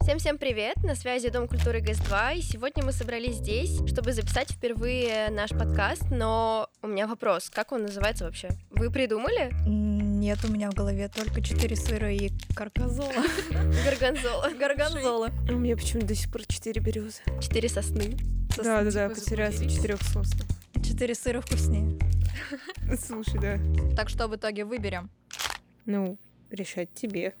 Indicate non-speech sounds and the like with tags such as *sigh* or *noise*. Всем-всем привет! На связи Дом культуры ГЭС-2, и сегодня мы собрались здесь, чтобы записать впервые наш подкаст, но у меня вопрос, как он называется вообще? Вы придумали? М, Нет, у меня в голове только четыре сыра *laughs* и карказола. Горгонзола. Горгонзола. А У меня почему-то до сих пор четыре березы. Типа, Четыре сосны. Да, типа да, да, потерялся четырех сосен. Четыре сыра вкуснее. Слушай, да. Так что в итоге выберем. Ну, решать тебе.